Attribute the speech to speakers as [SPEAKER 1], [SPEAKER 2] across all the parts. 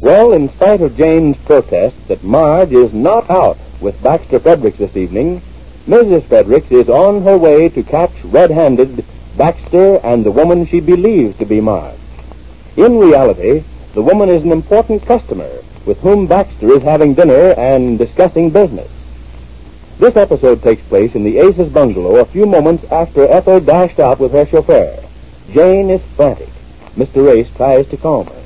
[SPEAKER 1] Well, in spite of Jane's protest that Marge is not out with Baxter Fredericks this evening, Mrs. Fredericks is on her way to catch red-handed Baxter and the woman she believes to be Marge. In reality, the woman is an important customer with whom Baxter is having dinner and discussing business. This episode takes place in the Aces bungalow a few moments after Ethel dashed out with her chauffeur. Jane is frantic. Mr. Race tries to calm her.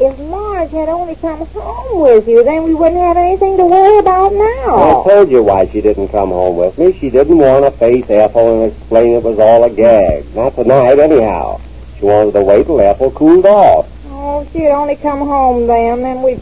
[SPEAKER 2] If Marge had only come home with you, then we wouldn't have anything to worry about now.
[SPEAKER 3] I told you why she didn't come home with me. She didn't want to face Ethel and explain it was all a gag. Not tonight, anyhow. She wanted to wait till Ethel cooled off.
[SPEAKER 2] Oh, if she'd only come home then, then we'd,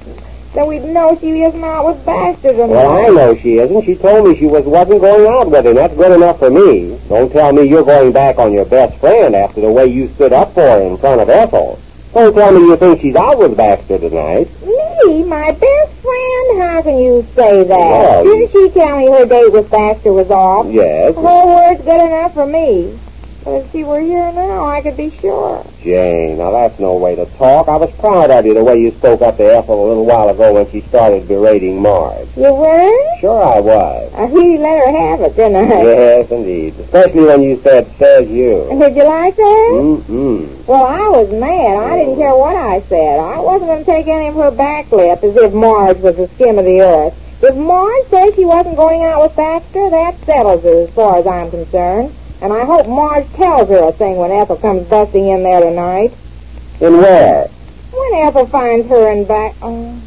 [SPEAKER 2] then we'd know she isn't out with Baxter tonight.
[SPEAKER 3] Well, I know she isn't. She told me she was, wasn't going out with him. That's good enough for me. Don't tell me you're going back on your best friend after the way you stood up for her in front of Ethel. Don't tell me you think she's out with Baxter tonight.
[SPEAKER 2] Me, my best friend? How can you say that?
[SPEAKER 3] Well,
[SPEAKER 2] Didn't she tell me her date with Baxter was off?
[SPEAKER 3] Yes.
[SPEAKER 2] Her word's good enough for me. But if she were here now, I could be sure.
[SPEAKER 3] Jane, now that's no way to talk. I was proud of you the way you spoke up to Ethel a little while ago when she started berating Marge.
[SPEAKER 2] You were?
[SPEAKER 3] Sure I was.
[SPEAKER 2] I really let her have it, didn't I?
[SPEAKER 3] Yes, indeed. Especially when you said, says you.
[SPEAKER 2] And Did you like that?
[SPEAKER 3] Mm-hmm. Mm-mm.
[SPEAKER 2] Well, I was mad. I didn't care what I said. I wasn't going to take any of her backlip as if Marge was the skim of the earth. If Marge says she wasn't going out with Baxter, that settles it as far as I'm concerned. And I hope Marge tells her a thing when Ethel comes busting in there tonight.
[SPEAKER 3] And where?
[SPEAKER 2] When Ethel finds her and back... Oh,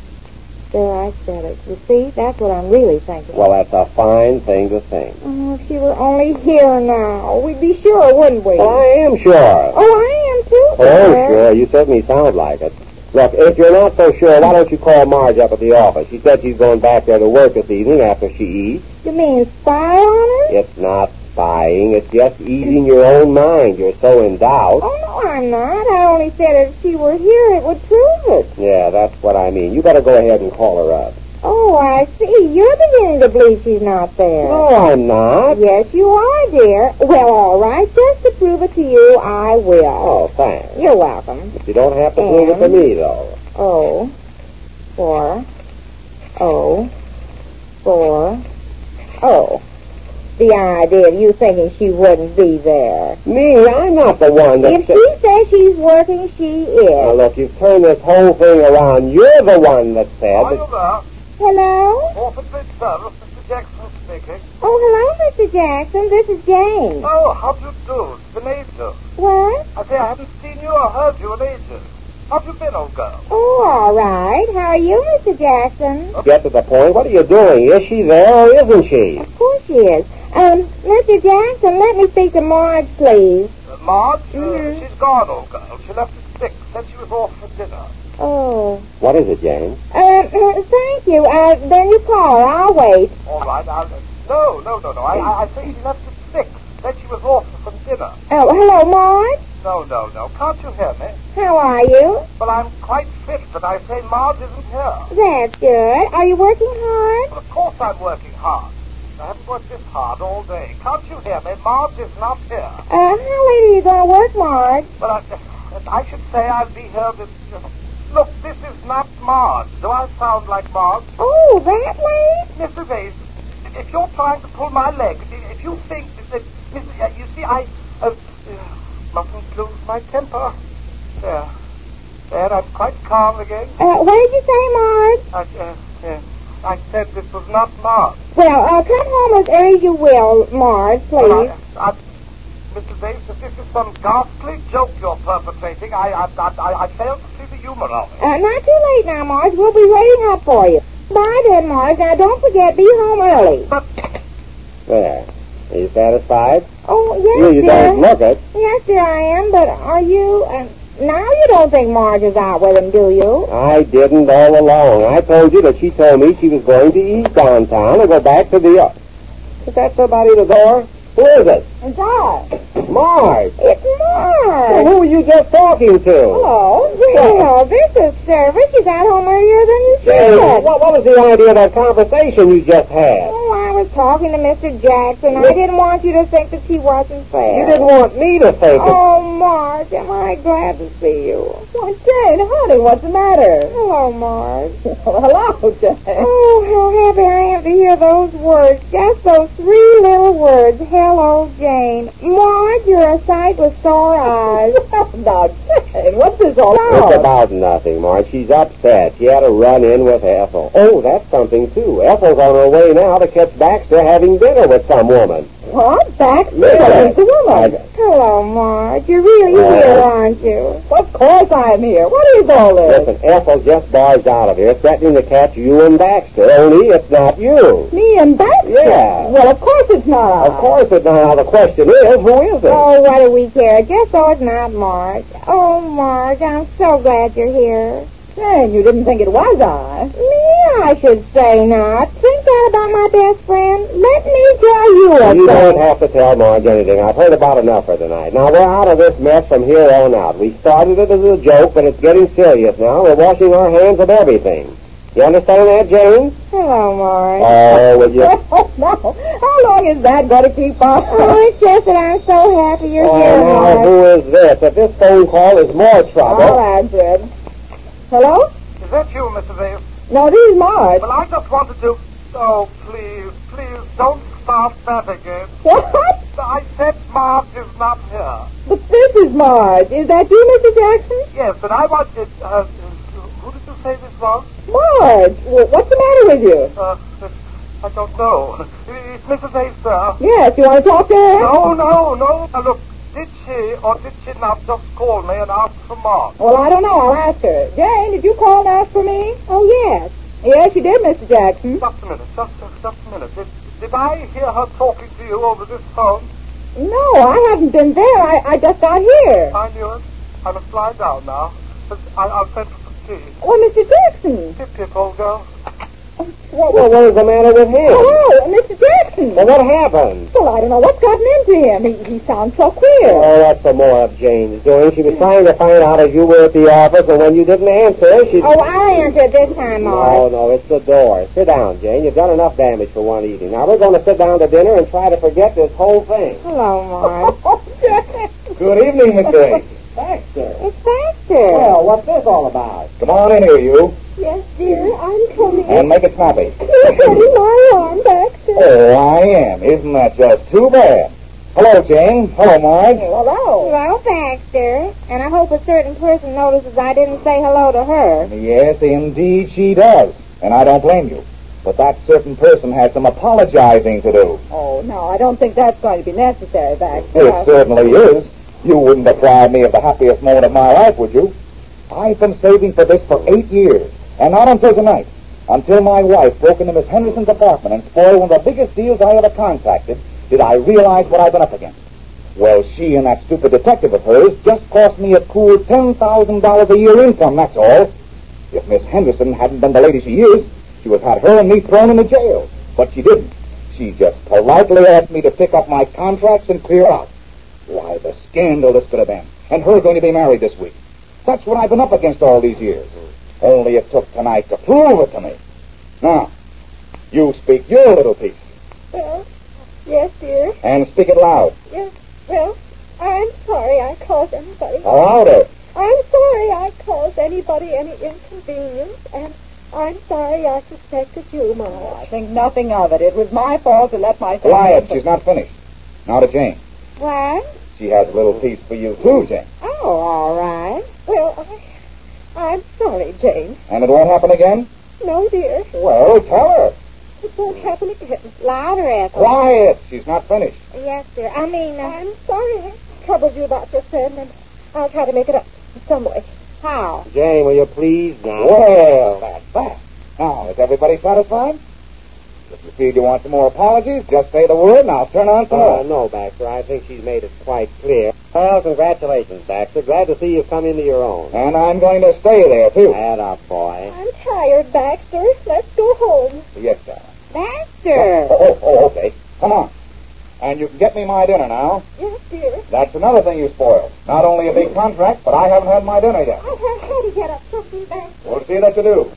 [SPEAKER 2] there I said it. You see, that's what I'm really thinking.
[SPEAKER 3] Well, that's a fine thing to think.
[SPEAKER 2] Oh, if she were only here now, we'd be sure, wouldn't we?
[SPEAKER 3] Well, I am sure.
[SPEAKER 2] Oh, I am too.
[SPEAKER 3] Oh,
[SPEAKER 2] Claire.
[SPEAKER 3] sure. You certainly sound like it. Look, if you're not so sure, why don't you call Marge up at the office? She said she's going back there to work this evening after she eats.
[SPEAKER 2] You mean spy on her?
[SPEAKER 3] It's not spying. It's just easing your own mind. You're so in doubt.
[SPEAKER 2] Oh, no, I'm not. I only said if she were here, it would prove it.
[SPEAKER 3] Yeah, that's what I mean. You better go ahead and call her up.
[SPEAKER 2] Oh, I see. You're beginning to believe she's not there.
[SPEAKER 3] No, I'm not.
[SPEAKER 2] Yes, you are, dear. Well, all right. Just to prove it to you, I will.
[SPEAKER 3] Oh, thanks.
[SPEAKER 2] You're welcome.
[SPEAKER 3] You don't have to prove it to
[SPEAKER 2] And?
[SPEAKER 3] me, though.
[SPEAKER 2] O, four, O, four, O. The idea of you thinking she wouldn't be there.
[SPEAKER 3] Me, I'm not the one that...
[SPEAKER 2] If she says she's working, she
[SPEAKER 3] Now,
[SPEAKER 2] is.
[SPEAKER 3] look, you've turned this whole thing around. You're the one that said...
[SPEAKER 4] Are you there?
[SPEAKER 2] Hello?
[SPEAKER 4] Orfordbridge Service, Mr. Jackson speaking.
[SPEAKER 2] Oh, hello, Mr. Jackson. This is Jane.
[SPEAKER 4] Oh, how do you do? It's been ages.
[SPEAKER 2] What?
[SPEAKER 4] I say, I haven't seen you or heard you in ages. How've you been, old girl?
[SPEAKER 2] Oh, all right. How are you, Mr. Jackson?
[SPEAKER 3] Get to the point. What are you doing? Is she there or isn't she?
[SPEAKER 2] Of course she is. Um, Mr. Jackson, let me speak to Marge, please.
[SPEAKER 4] Uh, Marge? Uh,
[SPEAKER 2] Mhm.
[SPEAKER 4] she's gone, old girl. She left at six, said she was off for dinner.
[SPEAKER 2] Oh.
[SPEAKER 3] What is it, Jane?
[SPEAKER 2] Um, thank you. Uh, then you call. I'll wait.
[SPEAKER 4] All right, I'll... No, no, no, no. I, I, I say she left at six, said she was off for some dinner.
[SPEAKER 2] Oh, hello, Marge.
[SPEAKER 4] No, no, no. Can't you hear me?
[SPEAKER 2] How are you?
[SPEAKER 4] Well, I'm quite fit, but I say Marge isn't here.
[SPEAKER 2] That's good. Are you working hard?
[SPEAKER 4] Well, of course I'm working hard. I haven't worked this hard all day. Can't you hear me? Marge is not here.
[SPEAKER 2] Uh, how late are you going to work, Marge?
[SPEAKER 4] Well, I, I should say I'll be here this... Look, this is not Marge. Do I sound like Marge?
[SPEAKER 2] Oh, that late?
[SPEAKER 4] Mr. Vase, if you're trying to pull my leg, if you think that... that Mr. uh, You see, I... Uh, mustn't lose my temper. There. There, I'm quite calm again.
[SPEAKER 2] Uh, what did you say, Marge?
[SPEAKER 4] I, uh, uh, I said this was not Marge.
[SPEAKER 2] Well, uh, come home as early as you will, Marge,
[SPEAKER 4] But
[SPEAKER 2] please.
[SPEAKER 4] I, I, Mr. Vase, if this is some ghastly joke you're perpetrating, I, I, I, I, I fail to see the humor of it.
[SPEAKER 2] Uh, not too late now, Marge. We'll be waiting up for you. Bye then, Marge. Now don't forget, be home early.
[SPEAKER 4] But...
[SPEAKER 3] There. Are you satisfied?
[SPEAKER 2] Oh,
[SPEAKER 3] you
[SPEAKER 2] yes,
[SPEAKER 3] you
[SPEAKER 2] dear.
[SPEAKER 3] don't look it.
[SPEAKER 2] Yes, dear, I am. But are you? Uh, now you don't think Marge is out with him, do you?
[SPEAKER 3] I didn't all along. I told you that she told me she was going to eat downtown and go back to the... uh, Is that somebody at the door? Who is it?
[SPEAKER 2] Marge.
[SPEAKER 3] Marge.
[SPEAKER 2] It's Oh,
[SPEAKER 3] Well,
[SPEAKER 2] Marge.
[SPEAKER 3] who were you just talking to?
[SPEAKER 2] Hello. Well, this is service. You got home earlier than you
[SPEAKER 3] Jane,
[SPEAKER 2] should.
[SPEAKER 3] what, what was the idea of that conversation you just had?
[SPEAKER 2] Oh, I was talking to Mr. Jackson. I didn't want you to think that she wasn't fair.
[SPEAKER 3] You didn't want me to think it.
[SPEAKER 2] Oh, Marge, am I glad to see you. Why, Jane, howdy, what's the matter? Hello, Oh, Marge.
[SPEAKER 5] hello, Jack.
[SPEAKER 2] Oh, how happy I am to hear those words. Just those three little words. Hello, Jane. Marge, you're a sight with sore eyes.
[SPEAKER 5] now, Jane, what's this all
[SPEAKER 3] It's
[SPEAKER 5] about?
[SPEAKER 3] about nothing, Marge. She's upset. She had a run-in with Ethel. Oh, that's something, too. Ethel's on her way now to catch Baxter having dinner with some woman.
[SPEAKER 5] What? Back
[SPEAKER 3] Look at
[SPEAKER 5] there is the woman.
[SPEAKER 3] I-
[SPEAKER 2] Hello, Marge. You're really
[SPEAKER 3] Oh.
[SPEAKER 2] here, aren't you?
[SPEAKER 5] Of course I'm here. What is all this?
[SPEAKER 3] Listen, Ethel just barged out of here threatening to catch you and Baxter, only it's not you.
[SPEAKER 5] Me and Baxter?
[SPEAKER 3] Yeah.
[SPEAKER 5] Well, of course it's not.
[SPEAKER 3] Of course it's not. Now, the question is, who is it?
[SPEAKER 2] Oh, what do we care? Just so it's not Marge. Oh, Marge, I'm so glad you're here.
[SPEAKER 5] Jane, you didn't think it was I.
[SPEAKER 2] Me, I should say not. Think that about my best friend. Let me tell you a
[SPEAKER 3] You
[SPEAKER 2] thing.
[SPEAKER 3] don't have to tell Marge anything. I've heard about enough for tonight. Now, we're out of this mess from here on out. We started it as a joke, but it's getting serious now. We're washing our hands of everything. You understand that, Jane?
[SPEAKER 2] Hello, Marge.
[SPEAKER 3] Oh, will you...
[SPEAKER 5] Oh, no. How long is that going to keep
[SPEAKER 2] Oh,
[SPEAKER 5] on?
[SPEAKER 2] it's just that I'm so happy you're
[SPEAKER 3] Oh,
[SPEAKER 2] here,
[SPEAKER 3] now,
[SPEAKER 2] Marge.
[SPEAKER 3] who is this? If this phone call is more trouble...
[SPEAKER 5] All right, Jim. Hello?
[SPEAKER 4] Is that you, Mr. Vale?
[SPEAKER 5] No, this is Marge.
[SPEAKER 4] Well, I just wanted to. Oh, please, please don't start that again.
[SPEAKER 5] What?
[SPEAKER 4] I said Marge is not here.
[SPEAKER 5] But this is Marge. Is that you, Mr. Jackson?
[SPEAKER 4] Yes, but I wanted. Uh, who did you say this was?
[SPEAKER 5] Marge, well, what's the matter with you?
[SPEAKER 4] Uh, I don't know. It's Mrs. A, sir.
[SPEAKER 5] Yes, you want to talk to her?
[SPEAKER 4] No, no, no. Now, look, did she or did she not just call me and ask for Marge?
[SPEAKER 5] Well, I don't know. I'll ask her. Jane, did you call and ask for me?
[SPEAKER 2] Oh, yes.
[SPEAKER 5] Yes, you did, Mr. Jackson.
[SPEAKER 4] Just a minute, just, just a minute. Did, did I hear her talking to you over this phone?
[SPEAKER 5] No, I haven't been there. I, I just got here.
[SPEAKER 4] I knew it. I must lie down now. But I, I'll send for some tea.
[SPEAKER 5] Well, Mr. Jackson.
[SPEAKER 4] Pip, pip, old girl.
[SPEAKER 3] Well, well, what is the matter with him?
[SPEAKER 5] Hello, Mr. Jackson.
[SPEAKER 3] Well, what happened?
[SPEAKER 5] Well, I don't know what's gotten into him. He, he sounds so queer.
[SPEAKER 3] Oh, that's some more of Jane's doing. She was trying to find out if you were at the office, and when you didn't answer, she...
[SPEAKER 2] Oh, I'll answer it this time, Marge.
[SPEAKER 3] No, no, it's the door. Sit down, Jane. You've done enough damage for one evening. Now we're going to sit down to dinner and try to forget this whole thing.
[SPEAKER 2] Hello, Marge.
[SPEAKER 5] Oh, Jackson.
[SPEAKER 1] Good evening, Miss Jane.
[SPEAKER 3] Baxter.
[SPEAKER 2] It's Baxter.
[SPEAKER 3] Well, what's this all about?
[SPEAKER 1] Come on in here, you,
[SPEAKER 5] Yes, dear, I'm coming.
[SPEAKER 1] and make it snappy.
[SPEAKER 5] You're hurting my arm, Baxter.
[SPEAKER 1] Oh, I am. Isn't that just too bad? Hello, Jane. Hello, Marge.
[SPEAKER 5] Hello.
[SPEAKER 2] Hello, Baxter. And I hope a certain person notices I didn't say hello to her.
[SPEAKER 1] Yes, indeed she does. And I don't blame you. But that certain person has some apologizing to do.
[SPEAKER 5] Oh, no, I don't think that's going to be necessary, Baxter.
[SPEAKER 1] It certainly is. You wouldn't deprive me of the happiest moment of my life, would you? I've been saving for this for eight years, and not until tonight. Until my wife broke into Miss Henderson's apartment and spoiled one of the biggest deals I ever contracted, did I realize what I've been up against. Well, she and that stupid detective of hers just cost me a cool $10,000 a year income, that's all. If Miss Henderson hadn't been the lady she is, she would have had her and me thrown into jail. But she didn't. She just politely asked me to pick up my contracts and clear out. Why, the scandal this could have been. And her going to be married this week. That's what I've been up against all these years. Only it took tonight to prove it to me. Now, you speak your little piece.
[SPEAKER 5] Well, yes, dear.
[SPEAKER 1] And speak it loud.
[SPEAKER 5] Well, I'm sorry I caused anybody.
[SPEAKER 1] Louder.
[SPEAKER 5] I'm sorry I caused anybody any inconvenience, and I'm sorry I suspected you, Marge. I think nothing of it. It was my fault to let myself.
[SPEAKER 1] Quiet. She's not finished. Now to Jane.
[SPEAKER 2] What?
[SPEAKER 1] She has a little piece for you, too, Jane.
[SPEAKER 2] Oh, all right.
[SPEAKER 5] Well, I, I'm sorry, Jane.
[SPEAKER 1] And it won't happen again?
[SPEAKER 5] No, dear,
[SPEAKER 1] Well, tell her.
[SPEAKER 5] it won't happen again.
[SPEAKER 2] Louder, Ethel.
[SPEAKER 1] Quiet. She's not finished.
[SPEAKER 2] Yes, dear. I mean, uh,
[SPEAKER 5] I'm sorry I troubled you about your friend, and I'll try to make it up some way.
[SPEAKER 2] how?
[SPEAKER 3] Jane, will you please now?
[SPEAKER 1] Well, that's that. Now, is everybody satisfied? If you feel you want some more apologies, just say the word and I'll turn on some
[SPEAKER 3] Uh,
[SPEAKER 1] more.
[SPEAKER 3] no, Baxter. I think she's made it quite clear. Well, congratulations, Baxter. Glad to see you've come into your own.
[SPEAKER 1] And I'm going to stay there, too.
[SPEAKER 3] Add up, boy.
[SPEAKER 5] I'm tired, Baxter. Let's go home.
[SPEAKER 1] Yes, sir.
[SPEAKER 2] Baxter.
[SPEAKER 1] Oh, oh, oh, okay. Come on. And you can get me my dinner now.
[SPEAKER 5] Yes, dear.
[SPEAKER 1] That's another thing you spoiled. Not only a big contract, but I haven't had my dinner yet.
[SPEAKER 5] I have had to get up something, Baxter.
[SPEAKER 2] Oh,
[SPEAKER 1] We'll see that you do.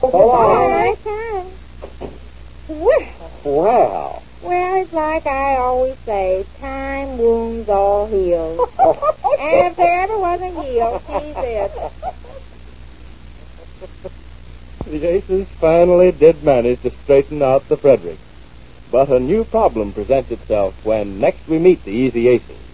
[SPEAKER 3] So long.
[SPEAKER 2] All right, fine.
[SPEAKER 5] Well,
[SPEAKER 3] Wow.
[SPEAKER 2] Well, it's like I always say, time wounds all heals. and if there ever was a heel, he's it.
[SPEAKER 1] The aces finally did manage to straighten out the Fredericks. But a new problem presents itself when next we meet the Easy Aces.